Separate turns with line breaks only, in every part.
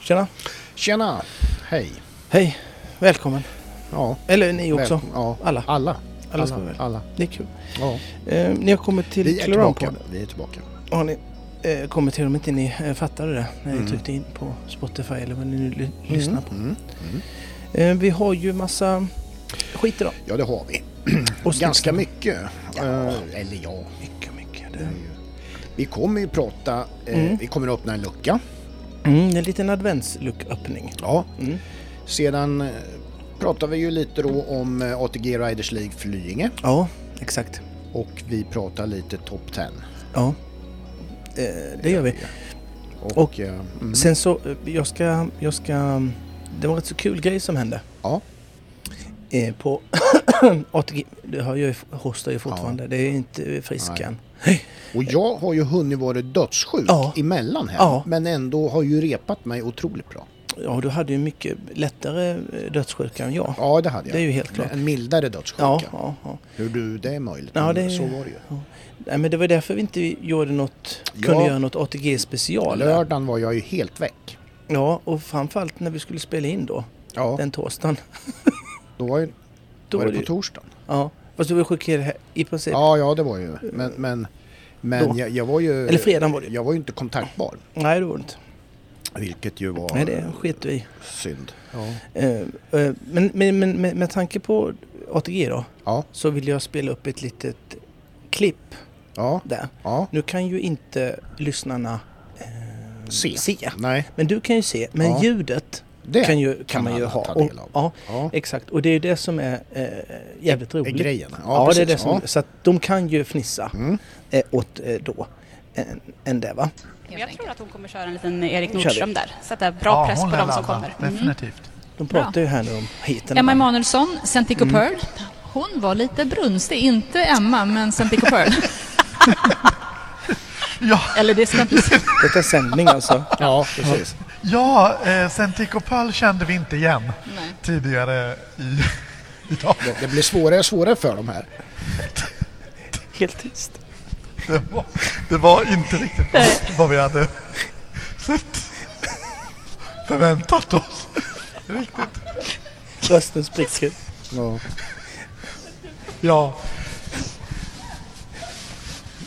Tjena!
Tjena! Hej!
Hej! Välkommen!
Ja,
Eller ni också.
välkom- Ja,
Alla.
alla.
Alla ska väl.
alla.
Det är kul.
Ja,
Eh, ni har kommit till
vi är tillbaka.
Clearonpod.
Vi är tillbaka.
Har ni eh, kommit till om inte ni eh, fattade det när ni
Mm.
tryckte in på Spotify eller vad ni nu ly- lyssnar på.
Mm. Mm.
Eh, vi har ju massa skit idag.
Ja, det har vi.
Och
Ganska
snyggt.
mycket. Eh, eller ja,
mycket. mycket.
det är
Det.
ju... Vi kommer ju prata, eh,
Mm.
vi kommer att öppna en lucka.
Mm, det är en liten adventslucköppning.
Ja.
Mm.
Sedan eh, pratar vi ju lite då om eh, ATG Riders League Flyinge
Ja, exakt.
och vi pratar lite Top 10.
Ja, eh, det gör vi.
Och,
Och-
eh, mm,
Sen så, eh, jag ska, jag ska... Det var en rätt så kul grej som hände.
ja,
Eh, på ATG, det har jag ju, hostar ju fortfarande. Det är inte eh, frisk
Nej.
än.
och jag har ju hunnit vara dödssjuk
Ja.
emellan här,
Ja.
men ändå har ju repat mig otroligt bra.
Ja, du hade ju mycket lättare eh, dödssjuka än jag.
Ja, det hade jag.
Det är ju helt klart.
En mildare
Ja,
dödssjuka.
ja, ja.
Hur du, det är möjligt.
Ja,
men
det är-
Så var det ju.
Nej, men det var därför vi inte gjorde något, kunde
Ja.
göra något ATG-special. där.
Lördagen var jag ju helt väck.
Ja, och framförallt när vi skulle spela in då,
Ja,
den torsdagen.
då var, ju,
Då
var
var det
det på
ju,
torsdagen.
ja. Fast du var sjuk i, i princip.
Ja, ja det var ju. Men, men,
Då.
men jag, jag var ju...
Eller fredagen var det ju.
Jag var ju inte kontaktbar.
Nej, det var det inte.
Vilket ju var
Nej, det sket vi i.
synd. Ja.
Eh, eh, Men, men, men med, med tanke på ATG då,
Ja,
så vill jag spela upp ett litet klipp
ja,
där.
ja.
Nu kan ju inte lyssnarna eh,
Se.
se.
Nej,
Men du kan ju se, men
Ja.
ljudet
det
kan, ju, kan,
kan
man ju
alla
ha.
ta del av.
ja,
ja.
exakt. Och det är ju det som är eh, jävligt
är
roligt.
grejen. Ja,
ja, det är
precis.
det som,
Ja.
Så att de kan ju fnissa
Mm.
eh, åt eh, då, än, än det va.
Men jag tror att hon kommer köra en liten Erik
Kör vi.
Nordström där. Sätta bra press på
hon lär
de som
ladda,
kommer. Mm.
Definitivt.
De
Bra.
pratar ju här nu om heaten.
Emma Emanuelsson, Centico Pearl. Hon var lite brunstig, inte Emma, men Centico Pearl.
Ja,
Eller det ska inte...
Detta är sändning alltså.
ja, precis.
ja eh, Centico Pall kände vi inte igen
Nej.
tidigare i, idag.
Det, det blir svårare och svårare för dem här.
Helt tyst.
Det var, det var inte riktigt vad- vad vi hade förväntat oss. Riktigt.
Rösten spricker.
Ja.
Ja.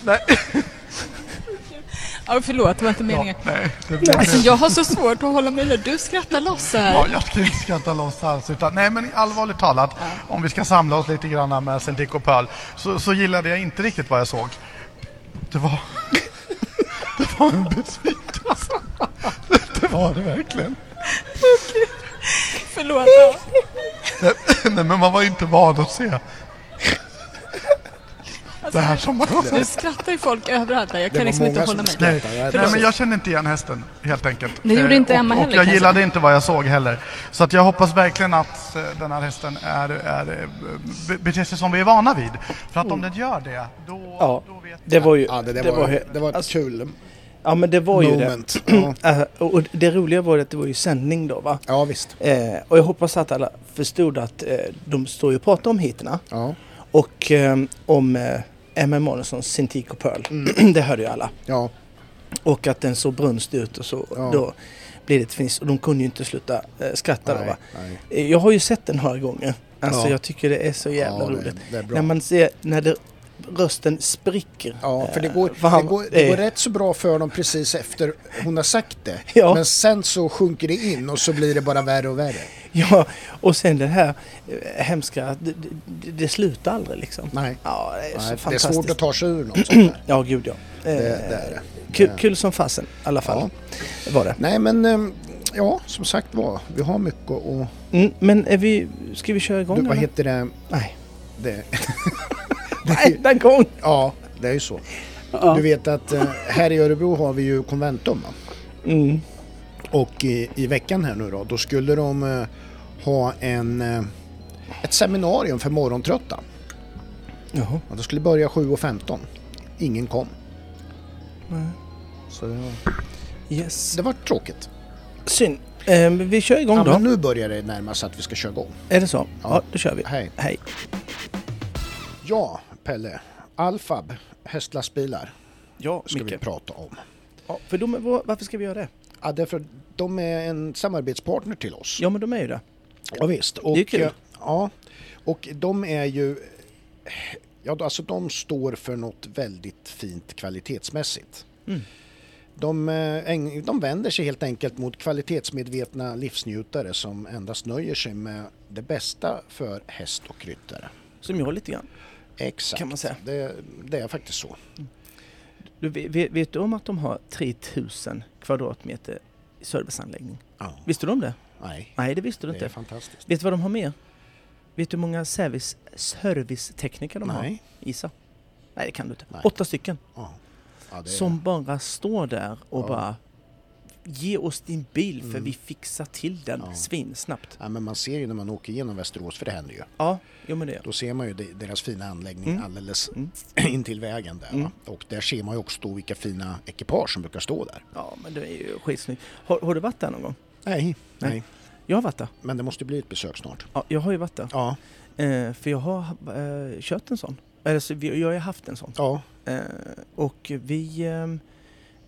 Nej,
Ja, förlåt, det var inte
ja,
meningen.
nej. Det blev,
Alltså, jag har så svårt att hålla mig när du skrattar loss så
ja,
här.
jag ska inte skratta loss alls. Utan, nej, men allvarligt talat, om vi ska samla oss lite grann med Centico Pall så, så gillade jag inte riktigt vad jag såg. Det var... Det var en besvikelse. Det, det var det verkligen.
Förlåt.
Nej, nej, men man var ju inte van att se det här som man
Nu skrattar ju folk överallt här. Jag
Det
kan
var
liksom inte
många
hålla
som
mig.
Nej,
skrattade.
nej, men jag kände inte igen hästen helt enkelt.
Det gjorde
Eh,
inte
och,
Emma
Och
heller,
jag
kanske.
gillade inte vad jag såg heller. Så att jag hoppas verkligen att eh, den här hästen är, är, eh, be- beter sig som vi är vana vid. För att om
Mm.
den gör det, då,
Ja,
då vet
det var ju...
Ja, det, där
det
var,
var ju-
det var ett
alltså-
kul
Ja men det var ju det.
moment. Ja.
Eh, och det roliga var ju att det var ju sändning då va.
ja, visst.
Eh, och jag hoppas att alla förstod att eh, de står ju och pratar om heaterna
Ja,
och eh, om eh, Emma Emanuelssons Cintiq och Pearl.
Mm.
det hörde ju alla.
ja.
Och att den såg brunstig ut och så
Ja.
då blev det ett fniss. Och de kunde ju inte sluta eh, skratta då va.
Nej, nej.
Eh, Jag har ju sett den några gånger. Alltså
Ja.
jag tycker det är så jävla
Ja, det-
roligt.
det är bra.
när man ser när det, rösten spricker.
Ja, för det går,
Eh, fan,
det, går,
det
det
är-
går rätt så bra för dem precis efter hon har sagt det.
Ja.
Men sen så sjunker det in och så blir det bara värre och värre.
Ja, och sen den här eh, hemska, att det, det, det slutar aldrig liksom.
Nej.
Ja, det är så
Nej, det är
fantastiskt.
svårt att ta sig ur något sånt där.
Ja, gud ja. Eh,
Det, det är det.
Kul, kul som fasen i alla fall. Var det.
Nej men, ehm, ja som sagt var, vi har mycket och...
Mm, men är vi, ska vi köra igång
Du, vad
eller?
heter det?
Nej.
det?
Varenda gång!
Ja, det är ju så. Du vet att eh, här i Örebro har vi ju konventum. Va?
Mm.
Och i, i veckan här nu då, då skulle de eh, ha en, eh, ett seminarium för morgontrötta.
Jaha.
Ja, det skulle börja 7.15. Ingen kom. Så det, var...
Yes.
det var tråkigt.
Synd. Eh, men vi kör igång
Ja,
då.
men nu börjar det närma sig att vi ska köra igång.
Är det så? Ja,
Ja.
då kör vi.
Hej.
Hej.
Ja, Pelle. Alfab, hästlastbilar,
Ja,
ska vi
Micke.
prata om.
Ja, för de, var- varför ska vi göra det?
Ja, därför att de är en samarbetspartner till oss.
Ja, men de är ju det.
Ja, visst. Och,
Det är kul.
eh, Ja, och de är ju... Ja, alltså de står för något väldigt fint kvalitetsmässigt.
Mm.
De, eh, äng- de vänder sig helt enkelt mot kvalitetsmedvetna livsnjutare som endast nöjer sig med det bästa för häst och ryttare.
Som jag lite grann.
Exakt.
Kan man säga.
Det, det är faktiskt så.
Du, vet, vet du om att de har 3000 kvadratmeter serviceanläggning?
Ja.
Visste du om det?
Nej,
Nej, det visste du
det
inte.
är fantastiskt.
Vet du vad de har med? Vet du hur många service, servicetekniker de har?
Nej.
Isa? Nej, det kan du inte.
Nej.
Åtta stycken.
Ja. Ja, det är-
Som bara står där och
Ja.
bara Ge oss din bil för
Mm.
vi fixar till den
Ja.
svinsnabbt.
Ja, men man ser ju när man åker genom Västerås, för det händer ju.
Ja, jo men det gör
Då ser man ju de- deras fina anläggning
Mm.
alldeles
Mm.
intill vägen där.
Mm.
Va? Och där ser man ju också då vilka fina ekipage som brukar stå där.
Ja, men det är ju skitsnyggt. Har, har du varit där någon gång?
Nej,
Nej.
nej.
Jag har varit där.
Men det måste bli ett besök snart.
Ja, jag har ju varit där.
Ja,
Eh, för jag har eh, kört en sån. Alltså, vi- jag har ju haft en sån.
ja,
Eh, och vi... ehm,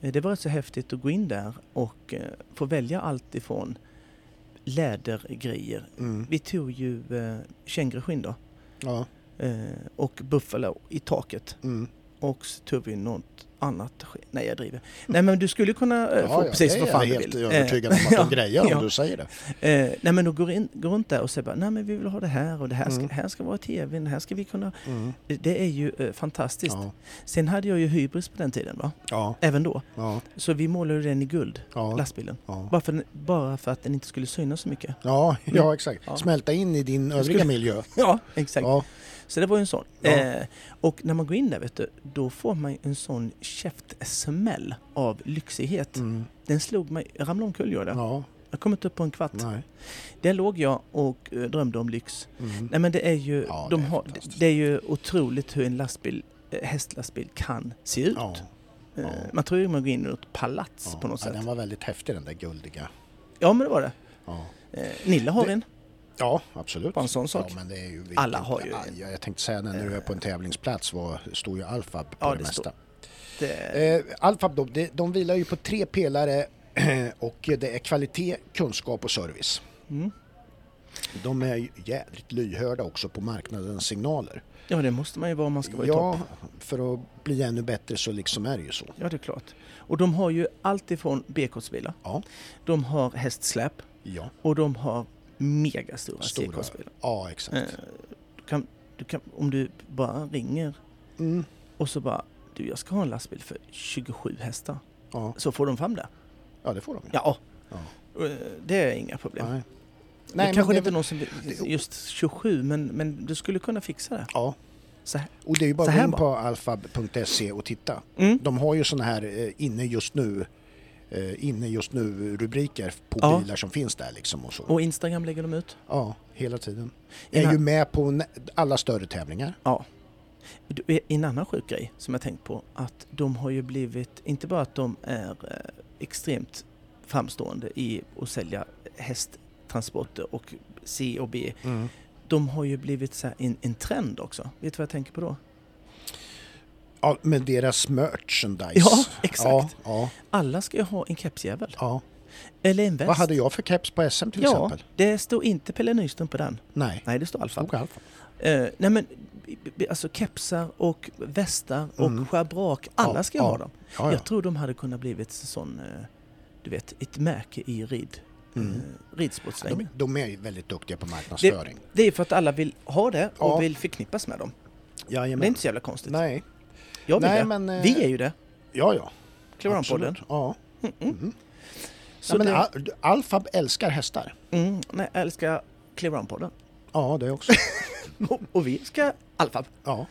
det var rätt så häftigt att gå in där och eh, få välja allt ifrån lädergrejer.
mm,
Vi tog ju eh, kängurusskinn då.
ja,
Eh, och buffalo i taket.
mm.
Och så tog vi något annat skinn. Nej, jag driver. Nej, men du skulle kunna eh,
ja,
få
ja,
precis
det
vad
är
fan
jag
du
helt
vill. Eh,
övertygad om att
ja,
de grejer om
ja.
du säger det.
Eh, nej men då går, in, går runt där och säger bara, nej men vi vill ha det här och det här ska,
Mm.
här ska vara i tvn, här ska vi kunna...
Mm.
Det är ju eh, fantastiskt.
Ja,
Sen hade jag ju hybris på den tiden va?
ja,
Även då.
ja,
Så vi målade den i guld,
ja,
lastbilen.
ja.
Bara för, den- bara för att den inte skulle synas så mycket.
Ja, ja, exakt.
Mm. Ja.
Smälta in i din övriga
skulle-
miljö.
Ja, exakt.
Ja,
Så det var ju en sån.
Ja.
Eh, och när man går in där vet du, då får man en sån käftsmäll av lyxighet.
mm,
Den slog mig, jag ramlade omkull gjorde jag.
ja,
Jag kom inte upp på en kvart.
nej.
Där låg jag och eh, drömde om lyx.
Mm.
Nej men det är ju,
Ja,
de
det är
har,
fantastiskt.
det är ju otroligt hur en lastbil, eh, hästlastbil kan se ut.
Ja,
Eh,
ja.
Man tror ju man går in i något palats
ja.
på något
ja,
sätt.
den var väldigt häftig den där guldiga.
Ja men det var det.
Ja.
Eh, Nilla har
Det-
en.
Ja, absolut.
Bara en sån sak.
Ja, men det är ju
Alla har ju-
Ja, Jag, jag tänkte säga det, när du är på en tävlingsplats vad står ju Alfab på
Ja,
det,
det
mesta.
Det,
Eh, Alfab då, de, de vilar ju på tre pelare och det är kvalitet, kunskap och service.
mm.
De är ju jävligt lyhörda också på marknadens signaler.
Ja det måste man ju vara om man ska vara i topp.
Ja, för att bli ännu bättre så liksom är det ju så.
Ja det är klart. Och de har ju allt ifrån B-kortsbilar,
Ja,
de har hästsläp
ja.
och de har megastora
Stora-
C-kortsbilar.
Ja, exakt.
Eh, du kan, du kan, om du bara ringer
Mm.
och så bara du jag ska ha en lastbil för 27 hästar.
Ja.
Så får de fram det.
ja, det får de ju.
Ja.
Ja.
Eh, Det är inga problem.
Nej.
det
Nej,
kanske
men
det
det
inte är
är
någon som just 27, men, men du skulle kunna fixa det.
Ja,
Så här.
och det är ju bara
Så
att gå
här
in
bara.
på alfab.se och titta.
Mm.
De har ju såna här eh, inne just nu eh, inne just nu rubriker på
Ja.
bilar som finns där liksom och så.
Och Instagram lägger de ut.
Ja, hela tiden.
En
Är ju
an-
med på nä- alla större tävlingar.
Ja. Du, eh, En annan sjuk grej som jag tänkt på, att de har ju blivit, inte bara att de är eh, extremt framstående i att sälja hästtransporter och C och B. De har ju blivit så här en, en trend också. Vet du vad jag tänker på då?
Ja, med deras merchandise.
Ja, exakt.
Ja, ja,
Alla ska ju ha en kepsjävel.
ja.
Eller en väst.
Vad hade jag för keps på SM till
ja,
exempel?
det står inte Pelle Nyström på den.
Nej.
Nej, det står Alfa.
Stod Alfa.
Eh, nej men, b- b- alltså kepsar och västar och
Mm.
schabrak, alla
Ja,
ska
ja,
ha dem.
Ah, Ja, ja.
Jag tror de hade kunnat blivit så- sån, eh, du vet, ett märke i rid,
Mm.
eh, ridsportslängen.
De, de är ju väldigt duktiga på marknadsföring.
Det är för att alla vill ha det och
Ja.
vill förknippas med dem.
Jajamän.
Det är inte så jävla konstigt.
Nej.
jag vill
nej,
det.
men, eh,
Vi är ju det,
Ja, ja.
Kloranpodden.
Absolut. Ja.
Så
ja men,
det-
Al- Alfab älskar hästar.
mm, nej, jag älskar Kloranpodden.
Ja, det också.
Och, och vi ska Alfab.
ja.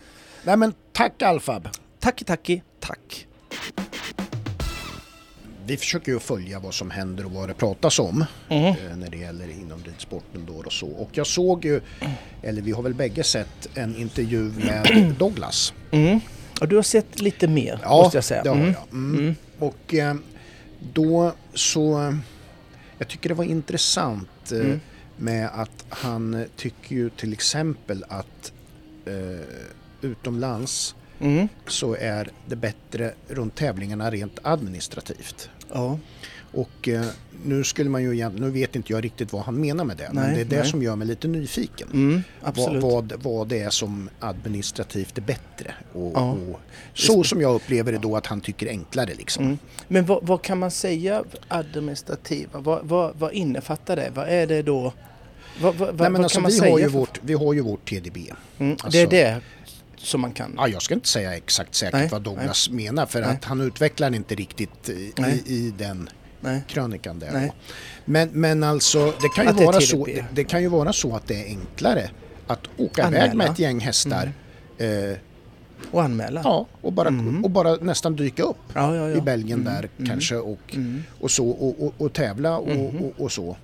Nej men tack Alfab.
Tacki tacki, tack.
Vi försöker ju följa vad som händer och vad det pratas om
Mm.
eh, när det gäller inom ridsporten då och så. Och jag såg ju, eller vi har väl bägge sett en intervju med Douglas.
Mm. Och du har sett lite mer,
Ja,
måste jag säga.
det har
Mm.
jag. Mm. Och eh, då så, eh, jag tycker det var intressant eh,
Mm.
med att han eh, tycker ju till exempel att eh, utomlands
Mm.
så är det bättre runt tävlingarna rent administrativt.
Ja.
Och eh, nu skulle man ju egentligen, nu vet inte jag riktigt vad han menar med det, men
Nej,
det är det
nej.
som gör mig lite nyfiken.
Mm,
Vad,
absolut.
vad, vad det är som administrativt är bättre. Och,
Ja.
och, så som jag upplever det då att han tycker enklare liksom.
Mm. Men vad, vad kan man säga administrativa? Vad, vad, vad innefattar det? Vad är det då? Vad, vad, vad
Nej, men
kan
alltså,
man
vi,
säga?
har ju
för-
vårt, vi har ju vårt TDB.
mm, det
alltså-
är det som man kan?
Ja, jag ska inte säga exakt säkert
Nej,
vad Douglas menar för
Nej.
att han utvecklar inte riktigt eh, i,
Nej.
i, i den
Nej.
krönikan där.
Nej.
Men, men alltså, det kan, ju
Att det är
vara
TDP.
så, det, det kan ju vara så att det är enklare att åka iväg
Anmäla. Mm.
med ett gäng hästar eh,
Och anmäla?
ja, och, bara, och bara nästan dyka upp
Mm. ja, Mm. ja, ja.
i Belgien där kanske och, och så och, och, och tävla och,
Mm.
och, och så.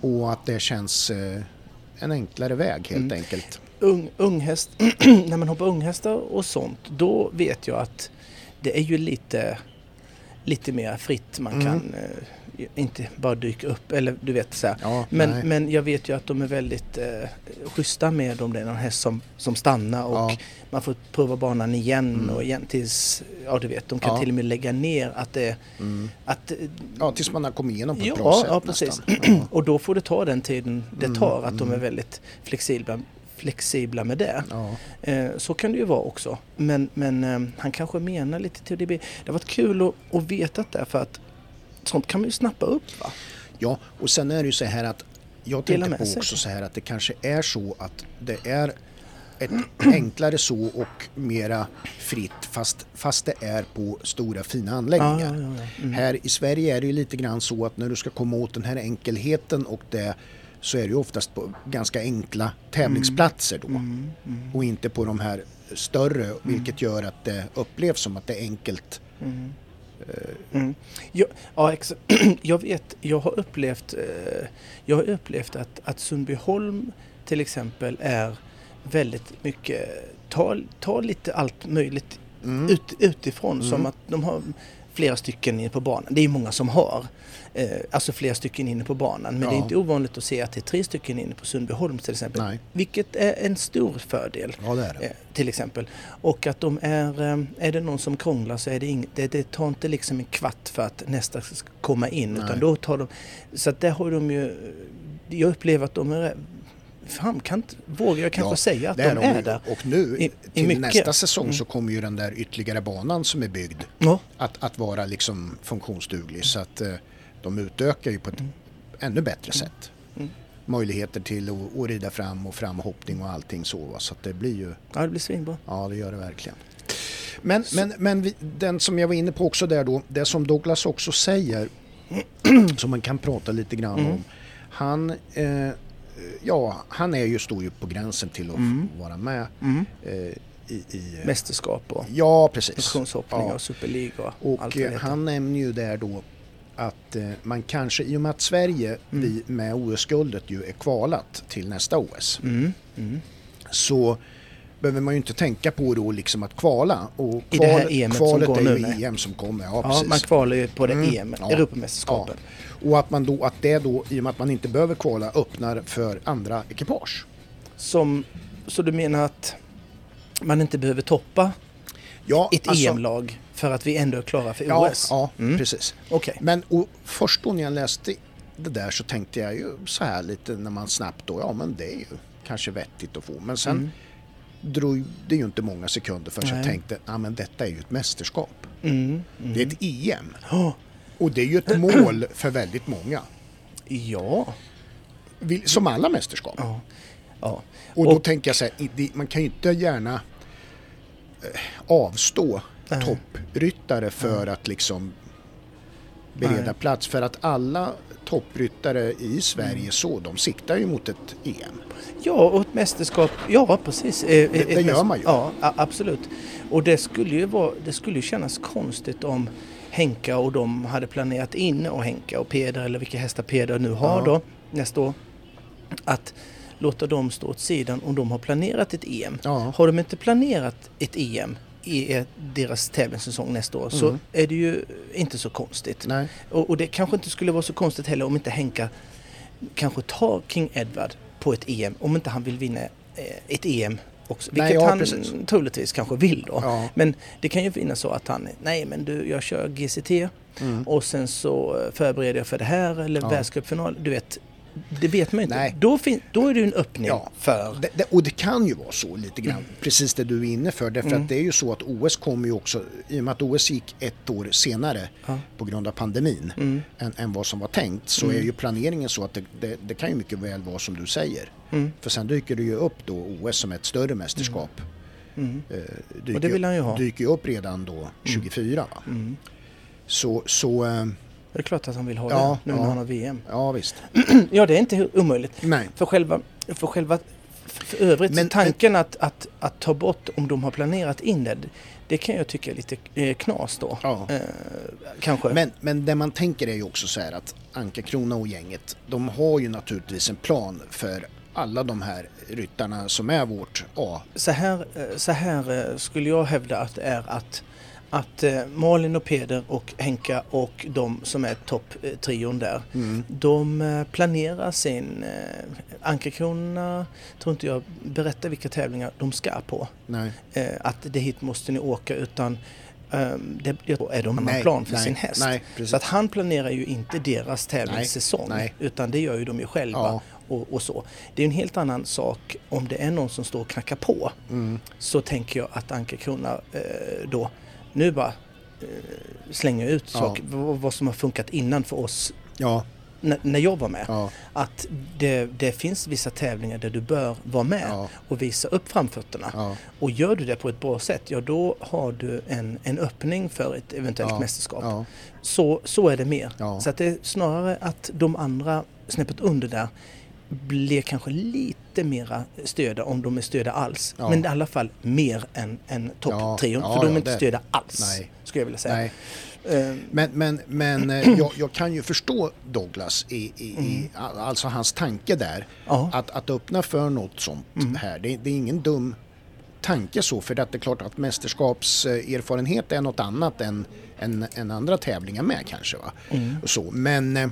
Och att det känns eh, en enklare väg helt
Mm.
enkelt.
ung, unghäst, när man hoppar unghästar och sånt, då vet jag att det är ju lite, lite mer fritt. Man
Mm.
kan eh, inte bara dyka upp eller du vet så här.
Ja, nej.
Men, men jag vet ju att de är väldigt eh, schyssta med om det är någon häst som, som stannar och
Ja. Mm.
man får prova banan igen och igen tills, ja du vet, de kan
Ja. Mm.
till och med lägga ner att det, att eh,
Ja, tills man har kommit igenom på ett
Ja,
bra sätt
ja precis.
nästan. Ja.
Och då får det ta den tiden det
Mm.
tar, att de är väldigt flexibla, flexibla med det.
Ja.
Eh, Så kan det ju vara också. Men, men eh, han kanske menar lite TDB. Det har varit kul att, att veta det för att sånt kan man ju snappa upp va?
Ja, och sen är det ju så här att jag
Dela
tänker
med
på
sig.
också så här att det kanske är så att det är ett enklare så och mera fritt fast, fast det är på stora fina anläggningar.
Ja, ja, ja, ja. Mm.
Här i Sverige är det ju lite grann så att när du ska komma åt den här enkelheten och det så är det ju oftast på ganska enkla tävlingsplatser
Mm.
då och inte på de här större vilket
Mm.
gör att det upplevs som att det är enkelt.
Jag, Mm. ja, exa- jag vet, jag har upplevt, eh, jag har upplevt att, att Sundbyholm till exempel är väldigt mycket, tar ta lite allt möjligt
Mm.
ut, utifrån. Som att de har flera stycken inne på banan. Det är ju många som har. Eh, alltså flera stycken inne på banan. Men det är
Ja.
inte ovanligt att se att det är tre stycken inne på Sundbyholm till exempel.
Nej.
Vilket är en stor fördel.
Ja, det är det.
Eh, till exempel. Och att de är, eh, är det någon som krånglar så är det inget, det, det tar inte liksom en kvart för att nästa ska komma in.
Nej.
Utan då tar de, så att där har de ju, jag upplever att de är framkant, vågar jag kanske
Ja,
säga att de
det
är,
ju.
där.
Och nu
I- i
till
mycket. Mm.
nästa säsong så kommer ju den där ytterligare banan som är byggd
Ja,
att, att vara liksom funktionsduglig så att eh, de utökar ju på
Mm.
ett ännu bättre sätt. Möjligheter till att, att rida fram och framhoppning och allting så va? så att det blir ju,
ja det blir svinbra.
ja det gör det verkligen. Men, men, men vi, den som jag var inne på också där då, det som Douglas också säger som man kan prata lite grann om. Han, eh, ja, han är ju, står ju på gränsen till att få vara med eh, i, i eh,
Mästerskap och
Ja, precis.
nationshoppning
Ja.
och superliga och, allt
Och
vad det
eh,
heter.
han nämner ju där då att eh, man kanske, i och med att
Mm.
Sverige vi med OS-guldet ju är kvalat till nästa OS,
Mm, mm.
så behöver man ju inte tänka på då liksom att kvala. Och
I det här
kval-
EM som
kvalet
går
är ju
nu, nej.
EM som kommer. Ja,
Ja,
precis.
man kvalar ju på det
Mm,
EM,
ja,
Europamästerskapen.
Ja. Och att, man då, att det då, i och med att man inte behöver kvala, öppnar för andra ekipage.
Som, så du menar att man inte behöver toppa
Ja,
ett
alltså-
EM-lag för att vi ändå är klara för
Ja,
OS?
ja
Mm.
precis.
Okej.
Men och först då när jag läste det där så tänkte jag ju så här lite när man snabbt då, ja men det är ju kanske vettigt att få. Men sen drog det ju inte många sekunder förrän jag
Mm. Nej.
tänkte, ja men detta är ju ett mästerskap.
Mm.
Det är ett EM.
Ja.
Och det är ju ett mål för väldigt många.
Ja.
Vil- Som alla mästerskap.
ja. ja.
Och då tänker jag så här, i- det- man kan ju inte gärna eh, avstå
Nej. Mm.
toppryttare för att liksom bereda
Nej.
plats. För att alla toppryttare i Sverige så, de siktar ju mot ett E EM.
ja, och ett mästerskap. Ja, precis. Eh, Det,
det gör man ju.
Ja, a- absolut. Och det skulle ju, vara, det skulle ju kännas konstigt om Henka och de hade planerat in och Henka och Peder eller vilka hästar Peder nu har
Ja.
då nästa år. Att låta dem stå åt sidan om de har planerat ett EM.
Ja.
Har de inte planerat ett EM i eh, deras tävlingssäsong nästa år
Mm.
så är det ju inte så konstigt.
Nej.
Och, och det kanske inte skulle vara så konstigt heller om inte Henka kanske tar King Edward på ett EM om inte han vill vinna eh, ett EM också.
Nej,
Vilket
ja,
han
precis.
troligtvis kanske vill då.
Ja.
Men det kan ju finnas så att han, nej men du jag kör GCT och sen så eh, förbereder jag för det här eller
Mm. Ja.
världscupfinal. Du vet, det vet man ju inte.
Nej.
Då, fin- då är det ju en öppning
Ja.
för...
Det, det, och det kan ju vara så lite grann, precis det du är inne för. Därför
Mm.
att det är ju så att OS kommer ju också, i och med att OS gick ett år senare
Ja. Mm.
på grund av pandemin än, än vad som var tänkt, så är ju planeringen så att det, det, det kan ju mycket väl vara som du säger.
Mm.
För sen dyker det ju upp då OS som ett större mästerskap. Eh, dyker,
Mm. Och det vill han ju ha. Mm.
dyker ju upp redan då 24. Va? Så, så eh,
Det är klart att han vill ha
Ja,
det nu när
ja.
han har VM.
ja visst.
Ja, det är inte hu- omöjligt.
Nej.
För själva, för själva för övrigt,
Men-
tanken Att, att, att ta bort om de har planerat in det, det kan jag tycka är lite eh, knas då.
Ja.
Eh, kanske.
Men, men det man tänker är ju också så här att Anka Krona och gänget, de har ju naturligtvis en plan för alla de här ryttarna som är vårt A.
så här, eh, så här eh, skulle jag hävda att det är att, att eh, Malin och Peder och Henka och de som är topptrion där, de eh, planerar sin... eh, Ankarkrona tror inte jag berättar vilka tävlingar de ska på.
Nej.
eh, att det hit måste ni åka utan ehm, det det är de
Nej,
en plan för
nej,
sin häst.
nej, precis.
så att han planerar ju inte deras tävlingssäsong
Nej, nej.
utan det gör ju de ju själva.
Ja.
Och, och så. Det är en helt annan sak om det är någon som står och knackar på.
Mm.
Så tänker jag att Anka Krona eh, då nu bara eh, slänger ut
Ja.
saker, vad, vad som har funkat innan för oss
Ja,
när, när jag var med.
ja,
Att det, det finns vissa tävlingar där du bör vara med
Ja.
och visa upp framfötterna.
ja.
Och gör du det på ett bra sätt, ja då har du en, en öppning för ett eventuellt
ja,
mästerskap.
Ja,
Så, så är det mer.
Ja.
Så att det är snarare att de andra snäppet under där blir kanske lite mera stöda, om de är stöda alls.
Ja.
Men i alla fall mer än, än topptrion,
Ja, ja,
för de är
ja,
inte
det-
stöda alls.
Nej.
Skulle jag vilja säga.
nej.
Eh,
Men, men, men eh, jag, jag kan ju förstå Douglas, i, i, i, all- alltså hans tanke där.
Mm. Ja. Mm.
Att, att öppna för något sånt här, det, det är ingen dum tanke så, för att det är klart att mästerskapserfarenhet är något annat än, än, än andra tävlingar med kanske. Va?
Mm.
Och så. Men eh,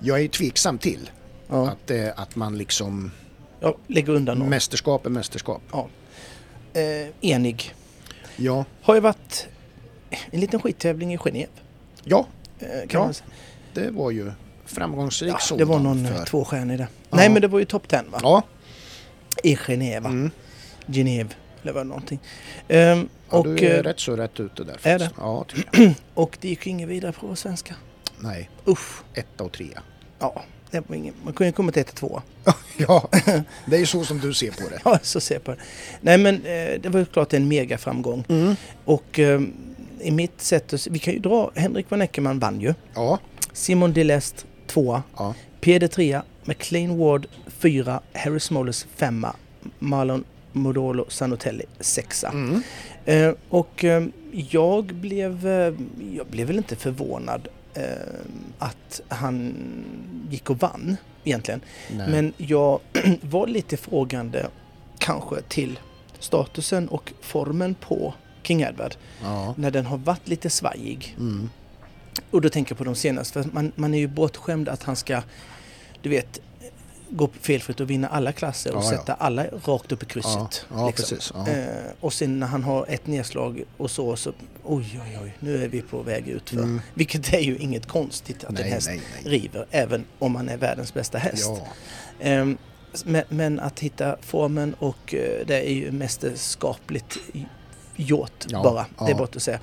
jag är tveksam till
Ja.
att, eh, att man liksom,
jag lägger undan någon.
mästerskap är mästerskap.
Ja. Eh, enig.
Ja,
Har ju varit en liten skittävling i Genève.
ja
eh, Kan
Ja.
man säga.
det var ju framgångsrik
Ja,
sådan
det var någon
för-
tvåstjärnig där.
Ja.
Nej men det var ju top 10 va?
Ja,
I Geneva.
Mm.
Genève eller vad det någonting. Ehm,
ja
och,
du är
eh,
rätt så rätt ute där.
är
faktiskt.
det?
Ja, tycker jag.
och det gick ju inget vidare på vår svenska.
Nej,
Usch.
etta och trea.
Ja, det var ingen, man kunde ju kommit ett två.
Ja, det är ju så som du ser på det.
Ja, så ser på det. Nej men eh, det var ju klart en mega framgång. Och ehm, i mitt sätt att se- vi kan ju dra, Henrik von Eckermann vann ju.
Ja,
Simon Delest tvåa.
ja,
Peder trea. McLean Ward fyra. Harry Smollers femma. Marlon Modolo Sanotelli sexa.
mm.
Eh, och eh, jag blev, eh, jag blev väl inte förvånad eh, att han gick och vann egentligen.
Nej.
Men jag var lite frågande kanske till statusen och formen på King Edward
ja,
när den har varit lite svajig.
mm.
Och då tänker jag på de senaste, för man, man är ju bortskämd att han ska, du vet, gå felfritt och vinna alla klasser och
Ja, ja.
sätta alla rakt upp i
ja,
krysset.
ja
liksom.
precis. Ja.
Eh, och sen när han har ett nedslag och så, så oj, oj, oj, nu är vi på väg utför.
Mm.
Vilket är ju inget konstigt att en
Nej,
häst
nej, nej.
river, även om man är världens bästa häst.
Ja,
Ehm, s- men, men att hitta formen och eh, det är ju mästerskapligt i- gjort
Ja,
bara, det är
ja.
bort att säga.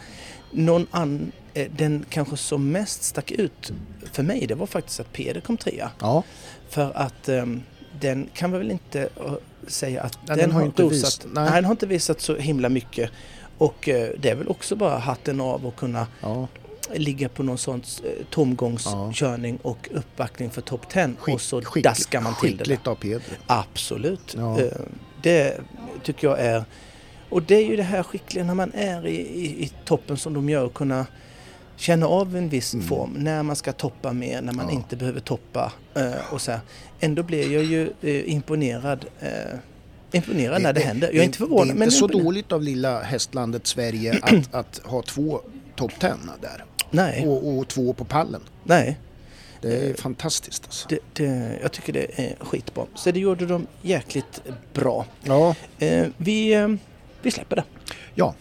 Någon ann, eh, den kanske som mest stack ut för mig, det var faktiskt att Peder kom trea.
ja.
För att ehm, den kan man väl inte eh, säga att
den har ju inte
rosat,
visat- nej.
nej. den har inte visat så himla mycket. Och eh, det är väl också bara hatten av att kunna
ja.
ligga på någon sån eh, tomgångskörning och uppbackning för top 10 och så
Skick-
daskar man till det. där.
Skickligt av Pedro.
Absolut.
Ja.
Eh, Det tycker jag är... Och det är ju det här skickliga när man är i, i, i toppen som de gör, kunna känna av en viss form när man ska toppa mer, när man
Mm. Ja.
inte behöver toppa eh, och så här. Ändå blir jag ju eh, imponerad. eh, Imponerad när det, händer. Jag Mm. är inte förvånad.
Det är inte
men
så
imponerad.
dåligt av lilla hästlandet Sverige att, att ha två topp 10 där.
Nej,
Och, och två på pallen.
nej.
Det är
Eh.
fantastiskt alltså.
Det, det, jag tycker det är skitbra. Så det gjorde de jäkligt bra.
Ja,
Eh, vi, eh, vi släpper det.
ja.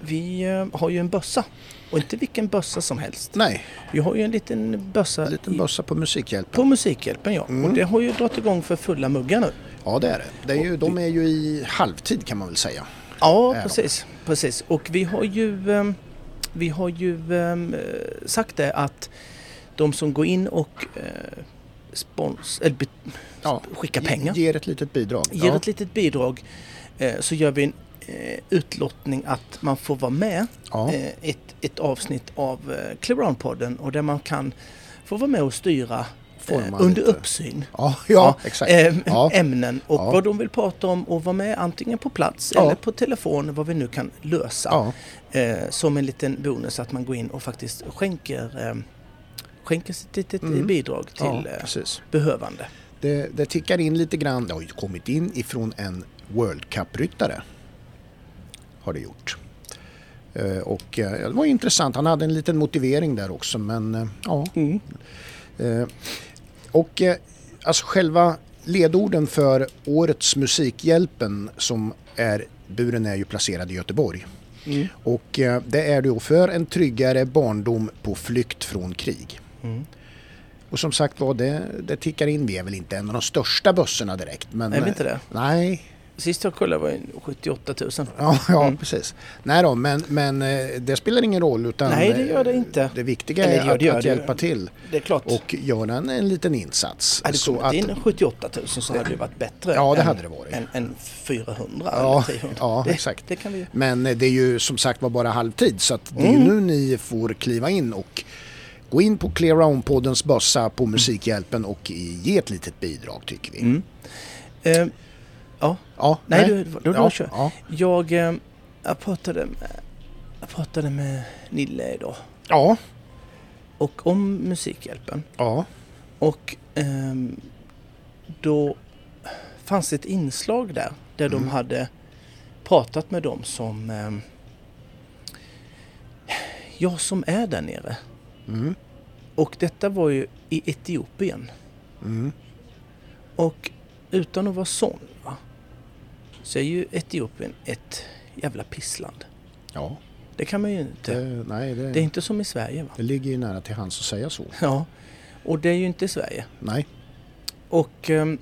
vi eh, har ju en bössa. Och inte vilken bössa som helst.
Nej,
Vi har ju en liten bössa
en liten
i-
bössa Mm. på Musikhjälpen.
på Musikhjälpen ja. Och det har ju dragit igång för fulla muggar nu.
Ja, det är det. det är ju, de är ju i halvtid kan man väl säga.
Ja,
Är de.
precis. precis. Och vi har ju, ehm, vi har ju ehm, eh, sagt det att de som går in och eh, spons, eller, be-
Ja.
skickar pengar,
Ge- Ger ett litet bidrag.
ger
ja.
ett litet bidrag, eh, så gör vi en eh, utlottning att man får vara med
ja.
eh, ett, ett avsnitt av eh, Clearon-podden och där man kan få vara med och styra eh,
Forma
under
lite.
uppsyn.
Ja, ja, eh, exakt.
ehm,
Ja.
Ämnen och
Ja.
vad de vill prata om och vara med antingen på plats
Ja.
eller på telefon, vad vi nu kan lösa.
Ja.
Eh, som en liten bonus att man går in och faktiskt skänker, eh, skänker sitt litet eh,
Mm.
bidrag till
ja,
eh,
precis.
behövande.
Det, det tickar in lite grann. Det har ju kommit in ifrån en World Cup-ryttare. Har det gjort. Eh, Och eh, det var ju intressant. Han hade en liten motivering där också men eh, ja.
Mm.
Eh, Och eh, alltså själva ledorden för årets Musikhjälpen som är Buren är ju placerad i Göteborg.
Mm.
Och eh, det är då för en tryggare barndom på flykt från krig.
Mm.
Och som sagt var, det, det tickar in. Vi är väl inte en av de största bössorna direkt. Men, eh,
Är vi inte det?
Nej,
Sist jag kollade var det 78 000.
ja, ja
Mm.
precis. Nej då, men, men eh, det spelar ingen roll. Utan
Nej, det gör det
eh,
inte.
Det viktiga
Eller
är
gör
att,
det, gör
att
det.
hjälpa till
Det är klart.
och göra en, en liten insats.
hade det kommit in 78 000 så hade det ju varit bättre
Ja, det
än,
hade det varit.
Än, än 400
Ja,
eller 300.
ja,
det,
exakt.
Det kan vi ju.
Men eh, det är ju som sagt var bara halvtid så att det är ju
Mm.
nu ni får kliva in och gå in på Clear Round-poddens bössa
Mm.
på Musikhjälpen och ge ett litet bidrag tycker vi.
Eh, ja,
Ja,
Mm. nej, Du, då, då
ja,
kör
ja.
jag. Eh, jag pratade med, jag pratade med Nille idag
ja,
och om Musikhjälpen.
ja,
Och ehm, då fanns ett inslag där, där
Mm.
de hade pratat med dem som... ehm, ja, som är där nere.
Mm,
Och detta var ju i Etiopien.
mm.
Och utan att vara sån, va, så är ju Etiopien ett jävla pissland.
ja.
Det kan man ju inte...
Det,
Det,
nej, det,
är
det...
inte som i Sverige, va?
ligger ju nära till hands att säga så.
Ja. Och det är ju inte i Sverige.
Nej,
Och, ehm,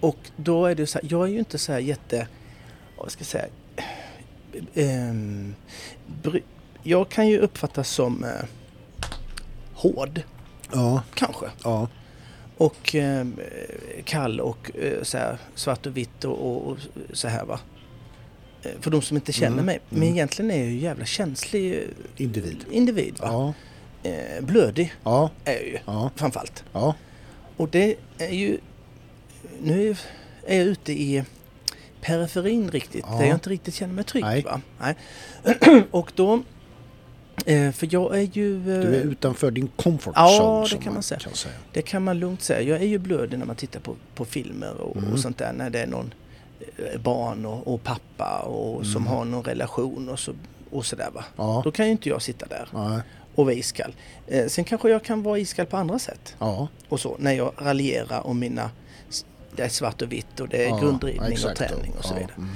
och då är det så här, jag är ju inte så här jätte, vad ska jag säga, ehm, bry, jag kan ju uppfattas som eh, hård
ja,
kanske.
ja,
Och ehm, kall och eh, så här, svart och vitt och, och, och så här va. Eh, För de som inte känner
Mm.
mig. Men egentligen är jag ju en jävla känslig eh,
individ.
individ va.
Ja,
Eh, Blödig
ja,
är jag ju
ja,
framförallt.
ja,
Och det är ju... Nu är jag ute i periferin riktigt,
Ja.
där jag inte riktigt känner mig trygg.
Nej.
Va? Nej. Och då... eh, För jag är ju... eh,
du är utanför din comfort
Ja,
zone.
det
som
kan man säga.
säga.
Det kan man lugnt säga. Jag är ju blödig när man tittar på, på filmer och,
Mm.
och sånt där. När det är någon eh, barn och, och pappa och, som har någon relation och, så, och sådär va.
Mm. Ja,
Då kan ju inte jag sitta där
ja,
och vara iskall. Eh, sen kanske jag kan vara iskall på andra sätt.
ja,
och så när jag raljerar om mina det är svart och vitt och det är
ja,
Eh, grundridning och
exakt.
träning och så
Ja,
vidare.
mm.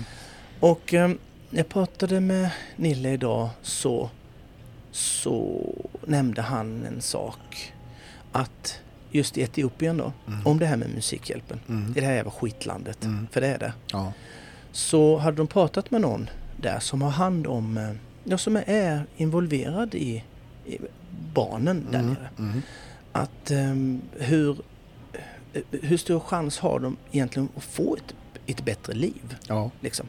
Och eh, när jag pratade med Nille idag så, så nämnde han en sak. Att just i Etiopien då, om det här med Musikhjälpen,
Mm.
i det här jävla skitlandet, för det är det.
Ja,
Så hade de pratat med någon där som har hand om, eh, ja som är involverad i, i barnen där nere
mm.
att ehm, hur, eh, hur stor chans har de egentligen att få ett, ett bättre liv?
ja,
Liksom?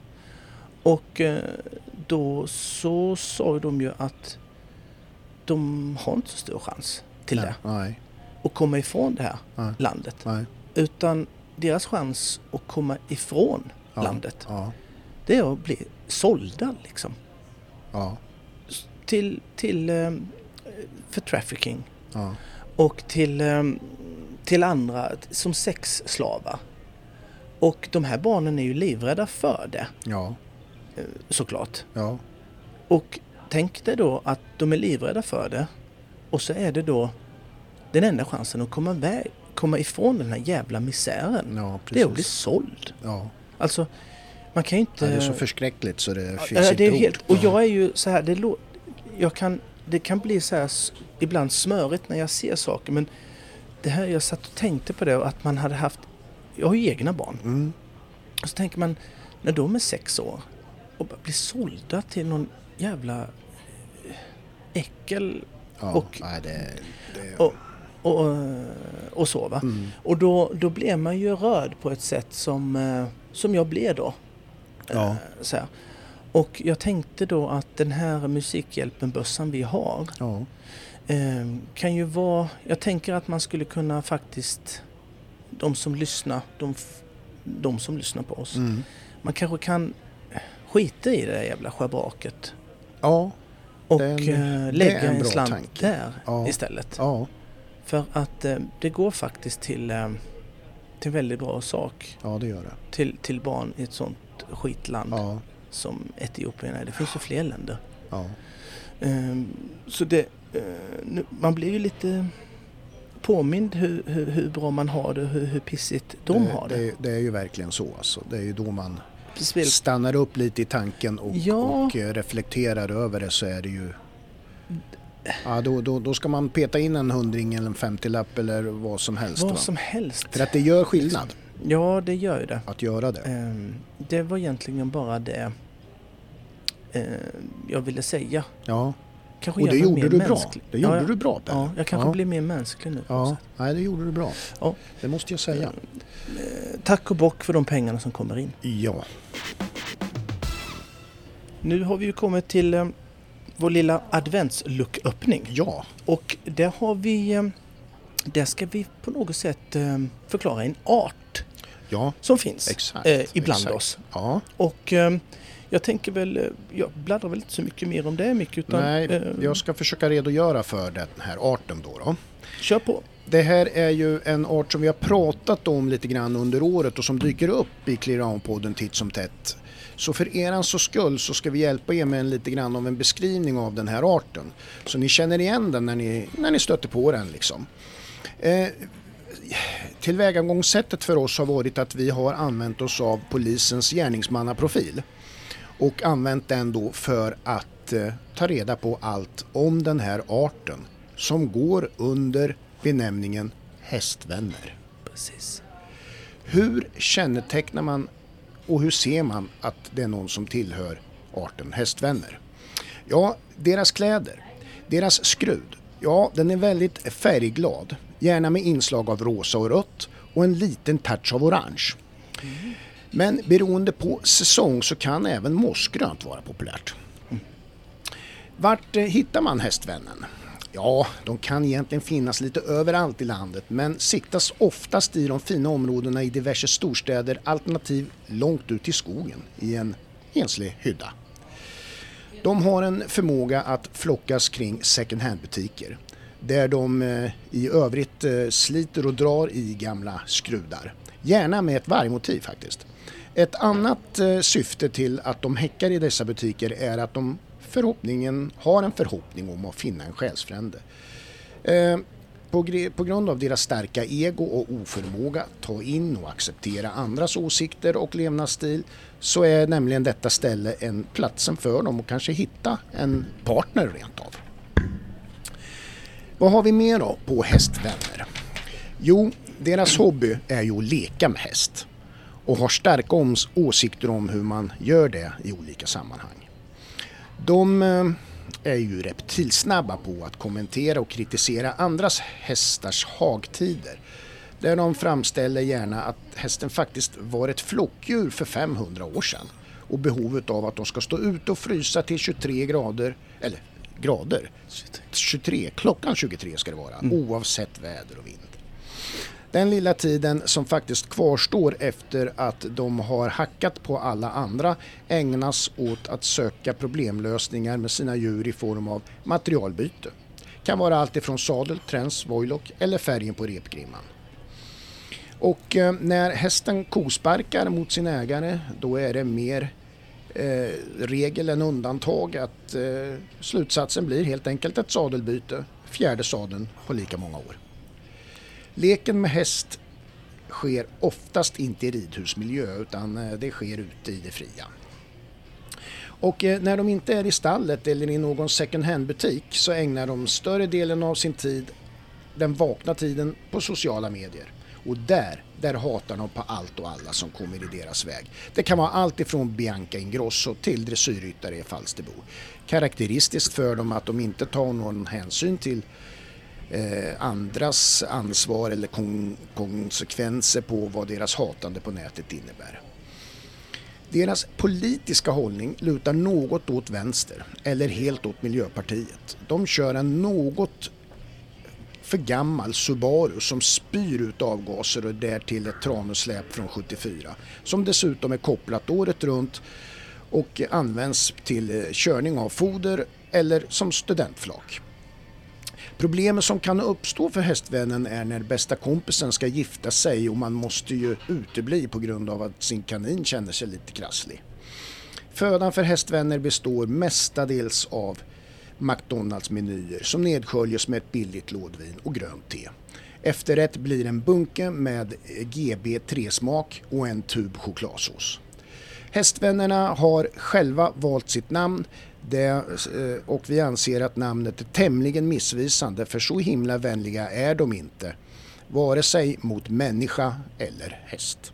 Och eh, då så sa ju de ju att de har inte så stor chans till
nej,
det,
nej,
att komma ifrån det här
Nej.
landet.
nej,
Utan deras chans att komma ifrån
Ja.
landet,
ja,
det är att bli sålda liksom.
ja,
Till, till, ehm, för trafficking
ja,
och till, ehm, till andra som sexslavar. Och de här barnen är ju livrädda för det
ja,
såklart.
ja,
Och tänk dig då att de är livrädda för det och så är det då den enda chansen att komma, iväg, komma ifrån den här jävla misären.
ja,
det är att bli
precis.
såld.
Ja,
Alltså, Man kan ju inte...
Ja, det är så förskräckligt så det finns
Ja,
inte
Eh, det är
ord.
helt, och jag är ju så här, det, lå, jag kan, det kan bli så här s- ibland smörigt när jag ser saker men det här jag satt och tänkte på det och att man hade haft, jag har ju egna barn,
Mm.
och så tänker man när de är sex år och bara blir sålda till någon jävla eh, äckel
Ja,
Och-
nej, det, det,
och, och, och så va.
Mm.
Och då, då blev man ju rörd på ett sätt som, eh, som jag blev då. Eh,
ja.
Så här. Och jag tänkte då att den här Musikhjälpen-bössan vi har
Ja.
eh, kan ju vara... Jag tänker att man skulle kunna faktiskt... De som lyssnar, de, f- de som lyssnar på oss.
Mm.
Man kanske kan skita i det där jävla schabraket
ja,
och
Den- det
eh,
är
lägga
en
en,
bra
slant
tanke.
där
Ja.
istället.
ja,
För att eh, det går faktiskt till, eh, till en väldigt bra sak
ja, det gör det.
till, till barn i ett sånt skitland
Ja,
som Etiopien är. Det finns ju fler länder.
ja.
Eh, så det, eh, nu, man blir ju lite påmind hur, hur, hur bra man har det och hur, hur pissigt de har det.
Det, det är ju verkligen så alltså. Det är ju då man
Spel-
stannar upp lite i tanken och,
Ja.
och eh, reflekterar över det så är det ju... Ja, då, då, då ska man peta in en hundring eller en femtiolapp eller vad som helst. va?
Vad som helst.
För att det gör skillnad
Ja, det gör ju det.
att göra det.
Eh, det var egentligen bara det eh, jag ville säga.
Ja,
Kanske
och det
göra mig
gjorde
mer
du bra.
mänsklig.
Det gjorde
ja,
du bra Per.
Ja, jag kanske
ja.
blir mer mänsklig nu. på något
Ja,
sätt.
nej det gjorde du bra.
Ja.
Det måste jag säga.
Eh, Tack och bock för de pengarna som kommer in.
Ja.
Nu har vi ju kommit till eh, vår lilla adventslucköppning.
Ja.
Och där har vi... Eh, där ska vi på något sätt eh, förklara en art
Ja.
som finns
Exakt.
eh, ibland
exakt.
oss.
Ja.
Och eh, jag tänker väl... eh, Jag bladdrar väl inte så mycket mer om det mycket utan...
Nej,
eh,
jag ska försöka redogöra för den här arten då. då.
Kör på.
Det här är ju en art som vi har pratat om lite grann under året och som dyker upp i Clearown-podden titt som tätt. Så för er så skull så ska vi hjälpa er med en lite grann av en beskrivning av den här arten. Så ni känner igen den när ni, när ni stöter på den liksom. Eh, tillvägagångssättet för oss har varit att vi har använt oss av polisens gärningsmannaprofil och använt den då för att eh, ta reda på allt om den här arten som går under benämningen hästvänner.
Precis.
Hur kännetecknar man och hur ser man att det är någon som tillhör arten hästvänner? Ja, deras kläder, deras skrud, ja den är väldigt färgglad, gärna med inslag av rosa och rött och en liten touch av orange. Men beroende på säsong så kan även mossgrönt vara populärt. Vart eh, hittar man hästvännen? Ja, de kan egentligen finnas lite överallt i landet men siktas oftast i de fina områdena i diverse storstäder alternativ långt ut i skogen i en enslig hydda. De har en förmåga att flockas kring second hand-butiker där de eh, i övrigt eh, sliter och drar i gamla skrudar. Gärna med ett vargmotiv faktiskt. Ett annat eh, syfte till att de häckar i dessa butiker är att de förhoppningen har en förhoppning om att finna en själsfrände. Eh, på, gre- på grund av deras starka ego och oförmåga att ta in och acceptera andras åsikter och levnadsstil så är nämligen detta ställe en platsen för dem och kanske hitta en partner rent av. Vad har vi mer då på hästvänner? Jo, deras hobby är ju att leka med häst och har starka oms- åsikter om hur man gör det i olika sammanhang. De eh, är ju reptilsnabba på att kommentera och kritisera andras hästars hagtider. Där de framställer gärna att hästen faktiskt var ett flockdjur för 500 år sedan och behovet av att de ska stå ute och frysa till 23 grader, eller grader, 23, klockan 23 ska det vara, oavsett väder och vind. Den lilla tiden som faktiskt kvarstår efter att de har hackat på alla andra ägnas åt att söka problemlösningar med sina djur i form av materialbyte. Kan vara allt ifrån sadel, träns, vojlock eller färgen på repgrimman. Och eh, när hästen kosparkar mot sin ägare då är det mer eh, regel än undantag att eh, slutsatsen blir helt enkelt ett sadelbyte. Fjärde sadeln på lika många år. Leken med häst sker oftast inte i ridhusmiljö utan eh, det sker ute i det fria. Och eh, när de inte är i stallet eller i någon second hand-butik så ägnar de större delen av sin tid, den vakna tiden, på sociala medier. Och där, där hatar de på allt och alla som kommer i deras väg. Det kan vara allt ifrån Bianca Ingrosso till dressyrryttare i Falsterbo. Karaktäristiskt för dem att de inte tar någon hänsyn till eh, andras ansvar eller kon- konsekvenser på vad deras hatande på nätet innebär. Deras politiska hållning lutar något åt vänster eller helt åt Miljöpartiet. De kör en något för gammal Subaru som spyr ut avgaser och därtill ett tramusläp från 74 som dessutom är kopplat året runt och används till eh, körning av foder eller som studentflak. Problemet som kan uppstå för hästvännen är när bästa kompisen ska gifta sig och man måste ju utebli på grund av att sin kanin känner sig lite krasslig. Födan för hästvänner består mestadels av McDonalds-menyer som nedsköljes med ett billigt lådvin och grönt te. Efterrätt blir en bunke med GB 3-smak och en tub chokladsås. Hästvännerna har själva valt sitt namn det, eh, och vi anser att namnet är tämligen missvisande för så himla vänliga är de inte. Vare sig mot människa eller häst.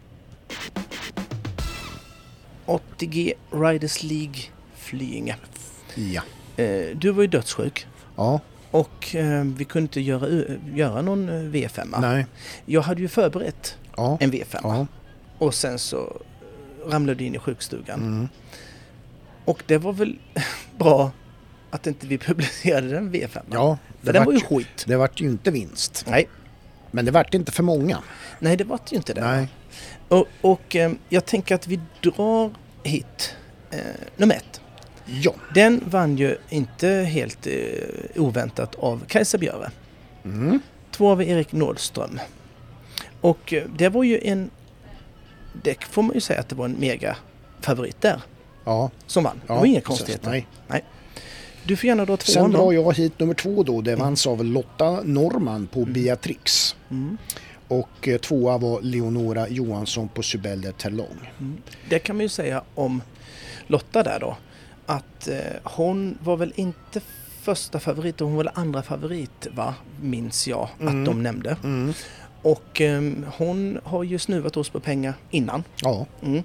80G Riders League Flyinge.
Ja.
Eh, Du var ju dödssjuk
Ja.
och eh, vi kunde inte göra, göra någon eh, V5.
Nej.
Jag hade ju förberett
Ja.
en V5
Ja.
och sen så eh, ramlade du in i sjukstugan.
Mm.
Och det var väl bra att inte vi publicerade den V5.
Ja.
För den var
vart
ju
ju-
skit.
Det vart ju inte vinst.
Nej,
Men det vart inte för många.
nej det var ju inte det.
Nej.
Och, och eh, jag tänker att vi drar hit eh, nummer ett.
Ja.
Den vann ju inte helt eh, oväntat av Kajsa Björe.
Mm.
Två av Erik Nordström. Och eh, det var ju en... Det får man ju säga att det var en mega favorit där
Ja.
som vann.
ja.
det var inga
precis.
konstigheter.
Nej.
Du får gärna dra två
Sen drar
då.
jag hit nummer två då. Det vanns av Lotta Norman på Beatrix.
Mm.
Och eh, tvåa var Leonora Johansson på Sybelle Terlong.
Det kan man ju säga om Lotta där då. Att eh, hon var väl inte första favorit, hon var väl andra favorit va? Minns jag att
Mm.
de nämnde. Och ehm, hon har ju snuvat oss på pengar innan.
Ja,
Mm.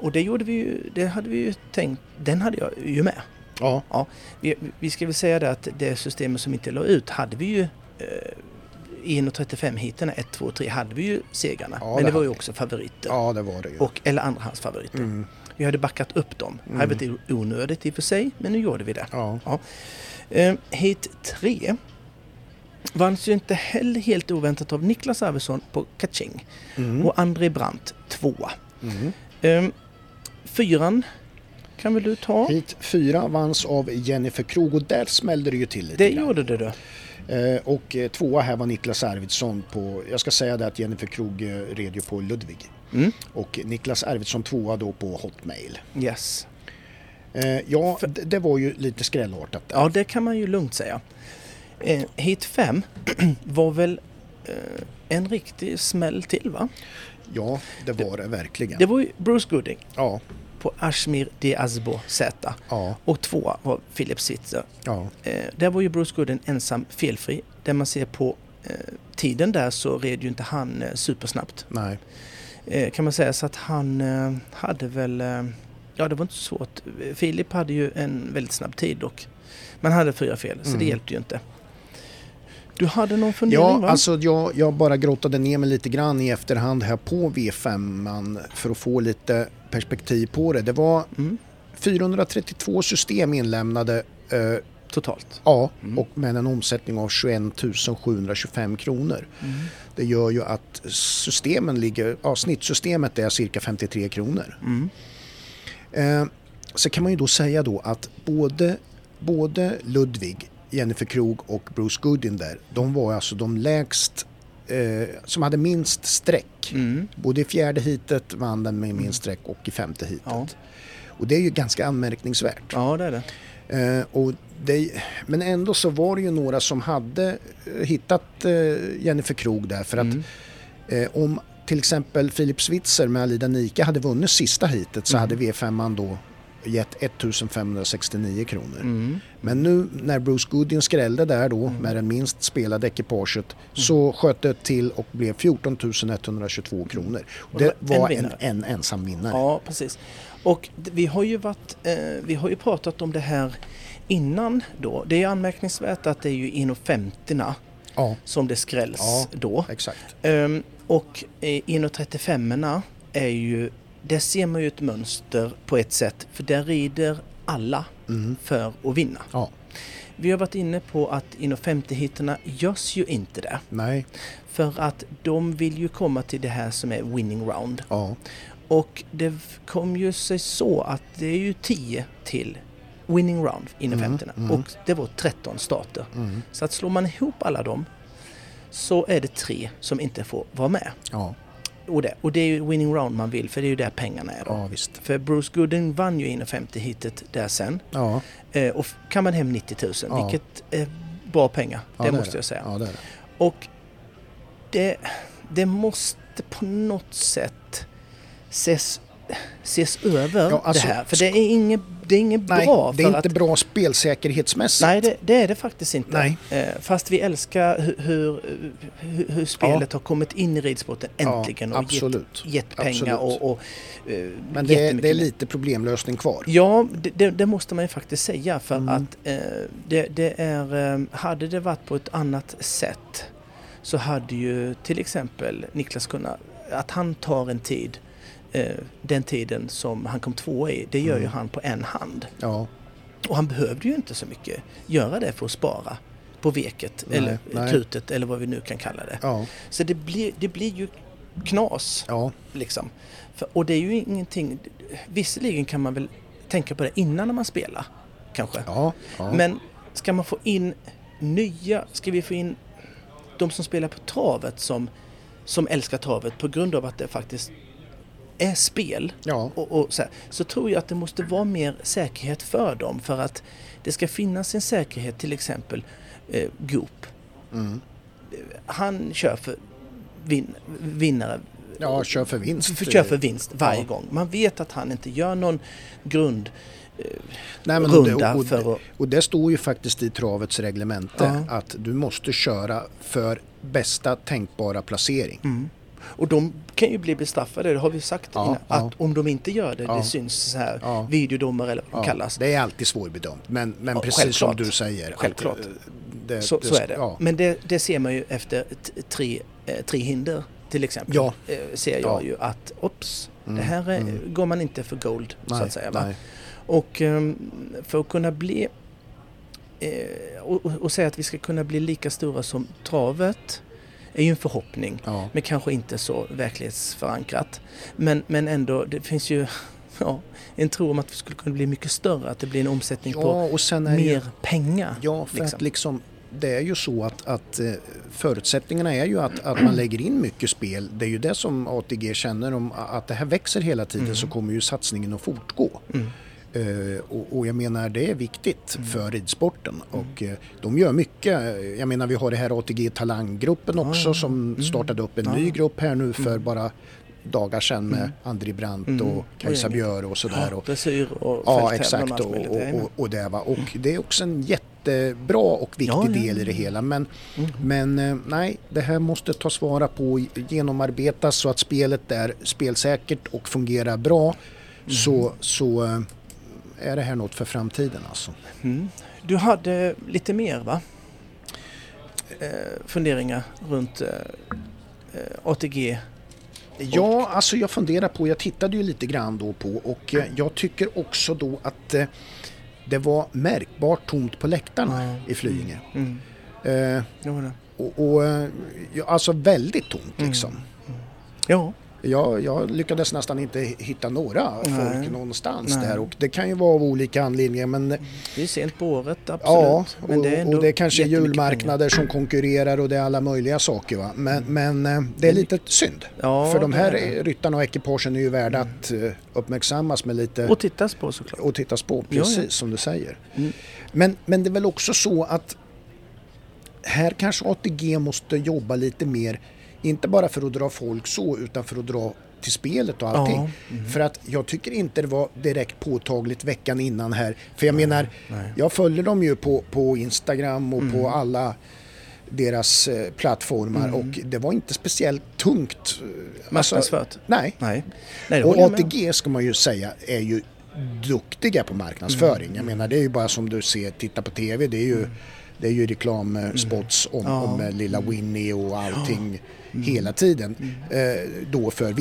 Och det gjorde vi ju, det hade vi ju tänkt, den hade jag ju med.
ja,
Vi, vi ska väl säga det att det systemet som inte la ut hade vi ju eh, i 1.35 hiterna 1, 2, 3 hade vi ju segrarna.
Ja,
Men
det
det var ju
hade vi.
också favoriter.
ja det var det ju.
Och, eller andrahandsfavoriter.
Mm.
Vi hade backat upp dem. Det hade varit o- onödigt i och för sig, men nu gjorde vi det.
Ja,
Eh, hit 3 vanns ju inte heller helt oväntat av Niklas Arvidsson på Kaching
mm.
och André Brandt 2.
Mm.
Ehm, fyran kan väl du ta?
Hit fyra vanns av Jennifer Krog och där smällde det ju till lite
Det
grann.
gjorde det då.
Eh, Och eh, tvåa här var Niklas Arvidsson på, jag ska säga det att Jennifer Krog eh, red ju på Ludvig.
Mm.
Och Niklas Arvidsson tvåa då på Hotmail.
Yes.
Eh, Ja, d- det var ju lite skrällartat där.
Ja, det kan man ju lugnt säga. Eh, hit 5 var väl eh, en riktig smäll till va?
Ja, det var det verkligen.
Det var ju Bruce Gooding
Ja,
på Ashmir Diazbo Z.
ja,
Och tvåa var Philip Switzer.
ja,
Eh, där var ju Bruce Gooden ensam felfri. Där man ser på eh, tiden där så red ju inte han eh, supersnabbt.
nej.
Eh, kan man säga så att han eh, hade väl... Eh, ja, det var inte så svårt. Eh, Philip hade ju en väldigt snabb tid dock. Men han hade fyra fel, så det
Mm.
hjälpte ju inte. Du hade någon fundering
Ja,
va?
alltså jag, jag bara grottade ner mig lite grann i efterhand här på V5 för att få lite perspektiv på det. Det var
Mm,
432 system inlämnade eh,
totalt.
ja,
Mm.
och med en omsättning av 21 725 kronor.
Mm.
Det gör ju att systemen ligger, ja, snittsystemet är cirka 53 kronor.
Mm.
Eh, så kan man ju då säga då att både, både Ludvig, Jennifer Krog och Bruce Goodin där, de var alltså de lägst, eh, som hade minst streck.
Mm.
Både i fjärde hitet vann den med minst streck och i femte hitet.
Ja.
Och det är ju ganska anmärkningsvärt.
ja, det är det.
Eh, och det, men ändå så var det ju några som hade eh, hittat eh, Jennifer Krog där för att
Mm.
eh, om till exempel Filip Switzer med Aliden Nika hade vunnit sista heatet
Mm.
så hade V5an då gett 1569 kronor.
Mm.
Men nu när Bruce Goodin skrällde där då med den minst spelade ekipaget
Mm.
så sköt det till och blev 14 122 kronor.
Och
Det
det var en
var en,
vinnare.
en ensam vinnare.
Ja, precis. Och d- vi har ju varit, eh, vi har ju pratat om det här innan då. Det är anmärkningsvärt att det är ju inom 50
Ja,
som det skrälls
Ja.
då.
exakt.
Ehm, och eh, inom 35 är ju, där ser man ju ett mönster på ett sätt, för där rider alla
Mm.
för att vinna.
Ja,
Vi har varit inne på att inom 50 hittarna görs ju inte det,
nej,
för att de vill ju komma till det här som är winning round.
ja,
Och det f- kom ju sig så att det är ju 10 till winning round inom
Mm,
50
mm.
och det var 13 starter.
mm.
Så att slår man ihop alla dem så är det tre som inte får vara med.
ja,
Och det, och det är ju winning round man vill för det är ju där pengarna är. Då.
ja visst.
För Bruce Gooden vann ju inom 50 hitet där sen
Ja,
eh, och f- kan man hem 90 000
Ja.
vilket är bra pengar,
ja,
det
är
måste jag säga.
Ja, det är det.
Och det, det måste på något sätt ses, ses över
Ja, alltså,
det här. För det är inget, det är inget
Nej,
bra.
det
för
är
att,
inte bra spelsäkerhetsmässigt.
Nej, det, det är det faktiskt inte.
Nej.
Eh, Fast vi älskar hu- hur, hur, hur spelet har kommit in i ridsporten äntligen
ja,
och gett,
absolut.
gett pengar
Absolut.
och, och eh,
Men det är,
jättemycket
det är
mer.
lite problemlösning kvar.
Ja, det- det, det måste man ju faktiskt säga för
Mm.
att eh, det, det är, eh, hade det varit på ett annat sätt så hade ju till exempel Niklas kunnat, att han tar en tid, eh, den tiden som han kom tvåa i, det gör ju
Mm.
han på en hand.
Ja,
Och han behövde ju inte så mycket göra det för att spara på veket
Nej,
eller
nej.
krutet eller vad vi nu kan kalla det.
ja,
Så det blir, det blir ju knas
ja,
liksom. För, och det är ju ingenting, visserligen kan man väl tänka på det innan när man spelar kanske.
ja. ja.
Men ska man få in nya, ska vi få in de som spelar på travet som, som älskar travet på grund av att det faktiskt är spel
ja.
och, och så, här, så tror jag att det måste vara mer säkerhet för dem för att det ska finnas en säkerhet till exempel eh, Goop.
Mm.
Han kör för vin, vinnare
ja, kör för vinst.
för, kör för vinst varje
Ja.
gång. Man vet att han inte gör någon grund
Nej, men och det-
runda
och- och-
för att...
Och det står ju faktiskt i travets reglemente
Ja.
att du måste köra för bästa tänkbara placering.
Och de kan ju bli bestraffade, det har vi sagt
Ja,
innan.
ja.
Att om de inte gör det,
Ja.
det syns så här,
Ja.
videodomar eller vad
Ja,
det kallas.
Det är alltid svårbedömt, men, men
Ja,
precis
självklart.
som du säger. att,
Självklart.
eh, det-
Så,
det-
så är det.
Ja,
Men det, det ser man ju efter t- tre, eh, tre hinder till exempel.
Ja.
Eh, ser jag
Ja.
ju att, ops, det
Mm,
här är,
mm.
går man inte för gold så
Nej,
att säga. Va?
nej.
Och ehm, för att kunna bli eh, och, och- och säga att vi ska kunna bli lika stora som travet är ju en förhoppning.
Ja,
Men kanske inte så verklighetsförankrat. Men, men ändå, det finns ju ja, en tro om att vi skulle kunna bli mycket större. Att det blir en omsättning på
ja och sen är det ju
mer pengar.
Ja, för att
liksom.
liksom, det är ju så att, att eh, förutsättningarna är ju att, att man lägger in mycket spel. Det är ju det som ATG känner om a- att det här växer hela tiden
Mm.
så kommer ju satsningen att fortgå.
Mm.
Eh, och, och jag menar det är viktigt för ridsporten
Mm.
och eh, de gör mycket. Jag menar vi har det här ATG Talanggruppen också
ja.
som
Mm.
startade upp en
Ja.
ny grupp här nu för
Mm.
bara dagar sedan med André Brandt
Mm.
och
Och
Kajsa
gänget.
Björe och sådär.
Ja,
Och,
dressyr och
Ja,
fälttävlan
exakt.
allt
Och,
möjligt. Mm.
och,
Jajamän.
och, och det, va. och det är också en jättebra och viktig
Ja, ja,
del i det
ja.
hela. Men,
Mm.
men eh, nej, det här måste tas vara på, genomarbetas så att spelet är spelsäkert och fungerar bra.
Mm.
Så, så eh, är det här något för framtiden alltså.
Mm. Du hade lite mer va? Eh, funderingar runt eh, eh, ATG.
Ja, alltså jag funderar på, jag tittade ju lite grann då på och eh, jag tycker också då att eh, det var märkbart tomt på läktarna
Mm.
i Flyinge.
Mm.
Eh,
det var det.
och, och, eh, ja, alltså väldigt tomt
Mm.
liksom.
Ja,
Jag, jag lyckades nästan inte hitta några
Nej.
folk någonstans
Nej.
där och det kan ju vara av olika anledningar men
det är sent på året
ja,
absolut.
och, det
ändå
och det är kanske
jättemycket
julmarknader som konkurrerar och det är alla möjliga saker va. Men, men eh, det är lite synd.
pengar. Mm. Ja,
För de
det
här
är det.
ryttarna och ekipagen är ju värda att eh, uppmärksammas med lite
Och tittas på såklart.
och tittas på,
Ja, ja.
precis som du säger.
Mm.
Men, men det är väl också så att här kanske ATG måste jobba lite mer Inte bara för att dra folk så, utan för att dra till spelet och allting.
Mm.
För att jag tycker inte det var direkt påtagligt veckan innan här. För jag menar, jag följer dem ju på, på Instagram och
Mm.
på alla deras eh, plattformar och det var inte speciellt tungt. eh,
Marknadsfört?
nej.
Nej. Nej, det
Och
håller jag med om.
ATG ska man ju säga är ju duktiga på marknadsföring.
Mm.
Jag menar det är ju bara som du ser, titta på TV, det är ju, det är ju reklamspots om,
Mm. Ja. Mm.
om eh, lilla Winnie och allting hela tiden. Eh, då för V75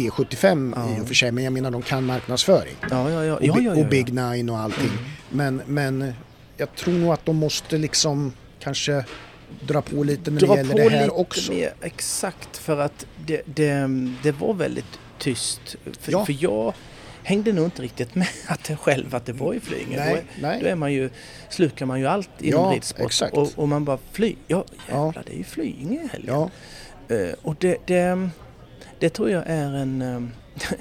i och för sig, men jag menar de kan marknadsföring.
Ja, ja, ja.
Och,
ja,
Bi-
ja, ja, Mm.
och Big Nine och allting. Men, men jag tror nog att de måste liksom kanske dra på lite när det gäller det här också.
mer exakt för att det, det, det var väldigt tyst. För,
Ja.
för jag hängde nog inte riktigt med att det själv att det var i Flyinge.
Nej,
då, är-
nej.
då är man ju, slukar man ju allt inom
Ja,
ridsport
exakt.
och, och man bara fly. Ja,
Ja.
jävlar det är ju Flyinge i helgen.
Ja,
Eh, och det, det, det tror jag är en... eh,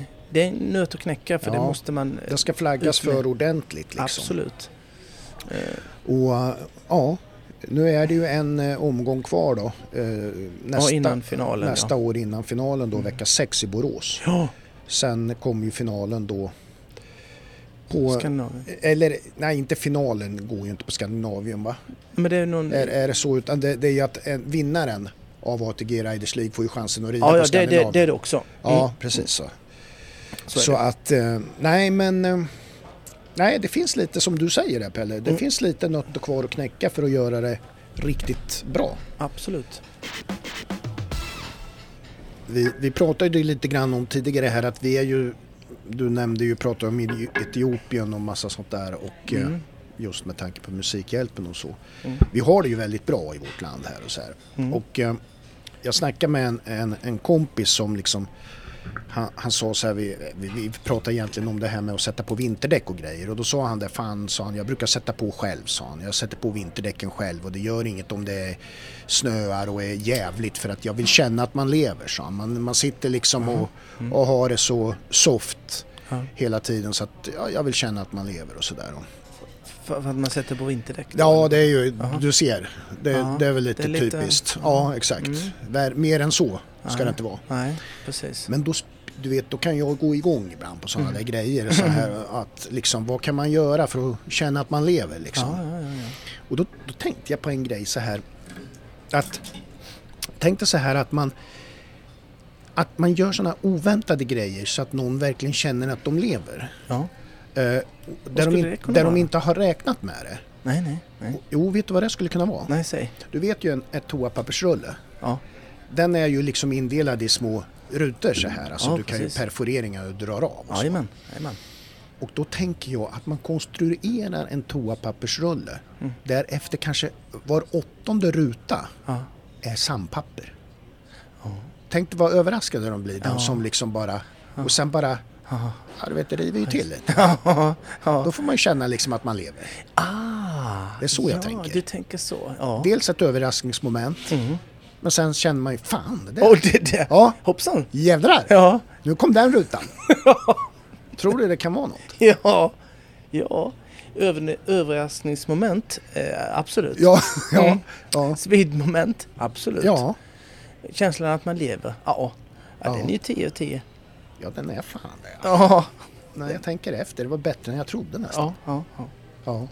det är en nöt att knäcka för det
Ja.
måste man... eh,
det ska flaggas
Utmärkt.
för ordentligt liksom.
Absolut.
Och eh, ja, nu är det ju en eh, omgång kvar då. eh, Nästa,
ja, Mm. innan finalen.
nästa år innan finalen då, vecka 6 i Borås.
Ja,
Sen kommer ju finalen då
ja.
på...
Skandinavien.
Eller nej, inte finalen går ju inte på Skandinavien va?
Men det är någon...
Är, är det så? Utan det, det är ju att eh, vinnaren av ATG Riders League får ju chansen att rida
ja,
på
ja det,
Skandinavien.
det, det är det också. Mm,
Ja, precis så.
Så
Så,
är
att, eh, nej men... eh, Nej, det finns lite som du säger där Pelle. Det finns lite nötter kvar att knäcka för att göra det riktigt bra.
Absolut.
Vi, vi pratade ju lite grann om tidigare här att vi är ju... Du nämnde ju, pratade om Eti- Etiopien och massa sånt där och eh,
Mm.
just med tanke på Musikhjälpen och så. Vi har det ju väldigt bra i vårt land här och så här. Och eh, jag snackade med en, en, en kompis som liksom han, han sa så här, vi, vi, vi pratade egentligen om det här med att sätta på vinterdäck och grejer och då sa han det, fan sa han, jag brukar sätta på själv sa han. Jag sätter på vinterdäcken själv och det gör inget om det snöar och är jävligt för att jag vill känna att man lever sa han. Man, man sitter liksom och, och har det så soft
Ja.
hela tiden så att ja, jag vill känna att man lever och sådär.
För, för att man sätter på vinterdäck? då,
Ja,
eller?
det är ju,
Jaha.
du ser, det,
Ja,
det är väl lite,
det är lite- Mm.
typiskt. Ja, exakt. Vär- Mer än så ska det inte vara.
Nej, precis.
Men då, sp- du vet, då kan jag gå igång ibland på sådana
Mm.
där grejer. Så här, att liksom, vad kan man göra för att känna att man lever? Liksom?
Ja, ja, ja, ja.
Och då, då tänkte jag på en grej så här. Att, tänkte så här att man, att man gör sådana oväntade grejer så att någon verkligen känner att de lever.
ja.
Eh, där de,
skulle
in-
det kunna
där de
vara?
inte har räknat med det.
Nej, nej, nej.
Jo, vet du vad det skulle kunna vara?
Nej, säg.
Du vet ju en, ett toapappersrulle.
Ja,
Den är ju liksom indelad i små rutor så här. Alltså
Ja,
du kan ju
precis.
perforeringar och drar av. Och så.
jajamän. jajamän.
Och då tänker jag att man konstruerar en toapappersrulle.
Mm.
Därefter kanske var åttonde ruta
Ja.
är sandpapper. Tänk dig vad överraskade de blir, de som liksom bara... Och sen bara... Ja, du vet, det river ju till lite.
ja.
Då får man ju känna liksom att man lever.
Ah,
Det är så jag
ja,
tänker.
du tänker så. Ja.
Dels ett överraskningsmoment, men sen känner man ju fan, det där,
Mm. Åh, det, det.
Ja.
Hoppsan!
jävlar!
Ja,
Nu kom den rutan. Tror du det kan vara något?
ja, ja. Över, överraskningsmoment, eh, absolut.
Ja, ja,
Mm.
ja.
Svidmoment, absolut.
Ja,
Känslan att man lever, ja. Ja,
Ja.
den är ju 10 av 10.
ja den är fan det.
Ja,
När jag tänker efter, det var bättre än jag trodde nästan.
ja, ja. ja.
Ja.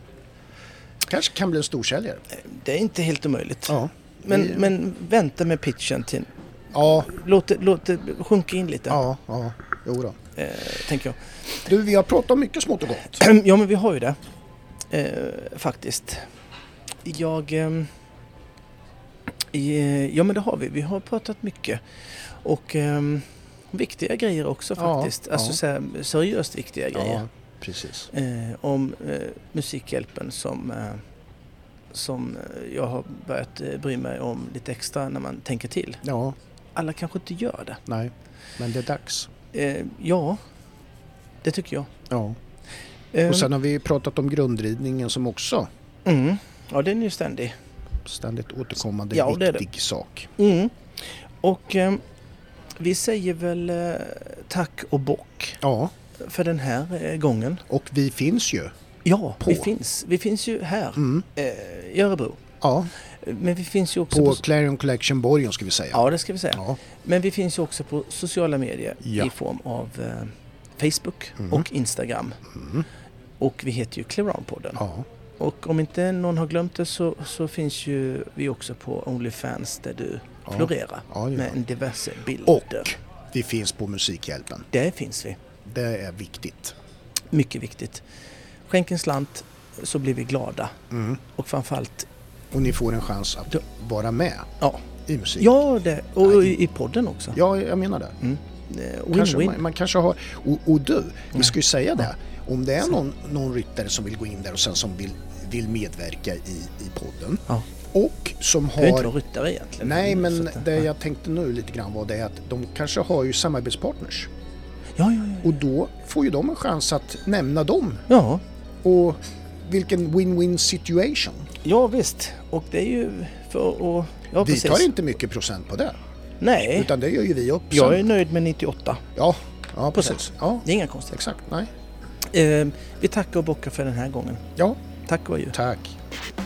Kanske kan bli en storsäljare.
Det är inte helt omöjligt.
Ja.
Men,
Vi-
men vänta med pitchen till...
Ja,
Låt det, låt det sjunka in lite,
ja, ja. Jo då.
eh, tänker jag.
Du, vi har pratat om mycket smått och gott.
ja, men vi har ju det. Eh, faktiskt. Jag... ehm, eh, ja, men det har vi. Vi har pratat mycket. Och ehm, viktiga grejer också
Ja,
faktiskt. alltså
ja.
Så här, seriöst viktiga grejer.
Ja, precis.
Eh, om eh, Musikhjälpen som... Eh, som eh, jag har börjat eh, bry mig om lite extra när man tänker till.
Ja,
Alla kanske inte gör det.
nej. Men det är dags.
Eh, ja, det tycker jag.
Ja.
Eh,
Och sen har vi pratat om grundridningen som också
mm, ja, den är ju ständig.
ständigt återkommande
Ja, det är det.
viktig sak.
Mm. Och eh, vi säger väl eh, tack och bock
Ja,
för den här eh, gången.
och vi finns ju.
Ja,
På.
vi finns. Vi finns ju här
Mm.
eh, i Örebro.
Ja,
Men vi finns ju också
På
på...
Clarion Collection Borgen ska vi säga.
ja, det ska vi säga.
Ja.
Men vi finns ju också på sociala medier
Ja. Mhm.
i form av eh, Facebook och Instagram. Och vi heter ju Clearown-podden.
Mm. Ja.
Och om inte någon har glömt det så, så finns ju vi också på Onlyfans där du
Ja.
florerar
Ja, det gör
med
jag.
diverse bilder.
Och vi finns på Musikhjälpen.
Där finns vi.
Det är viktigt.
Mycket viktigt. Skänk en slant så blir vi glada. Och framförallt,
Mm. Och ni får en chans att
Då-
vara med
ja,
i musik.
ja det, och i, i podden också.
Ja, jag menar det.
Eh,
Kanske,
Win-win.
man, man kanske har... Och, och du, vi ska ju säga det. Om det är någon, någon ryttare som vill gå in där och sen som vill, vill medverka i, i podden
Ja.
och som
Du är inte
har...
någon ryttare egentligen.
Nej,
Mm,
men
så att,
det
ja.
jag tänkte nu lite grann var det att de kanske har ju samarbetspartners
Ja, ja, ja.
och då får ju de en chans att nämna dem
ja.
och vilken win-win situation.
Ja visst, och det är ju för att... Ja,
Vi
precis.
tar inte mycket procent på det,
Nej,
utan det gör ju vi upp sen.
jag är nöjd med 98.
Ja, ja
Procent.
precis. Ja,
Det är inga konstigheter.
exakt. Nej.
Eh, vi tackar och bockar för den här gången.
Ja,
Tack och adjö.
tack.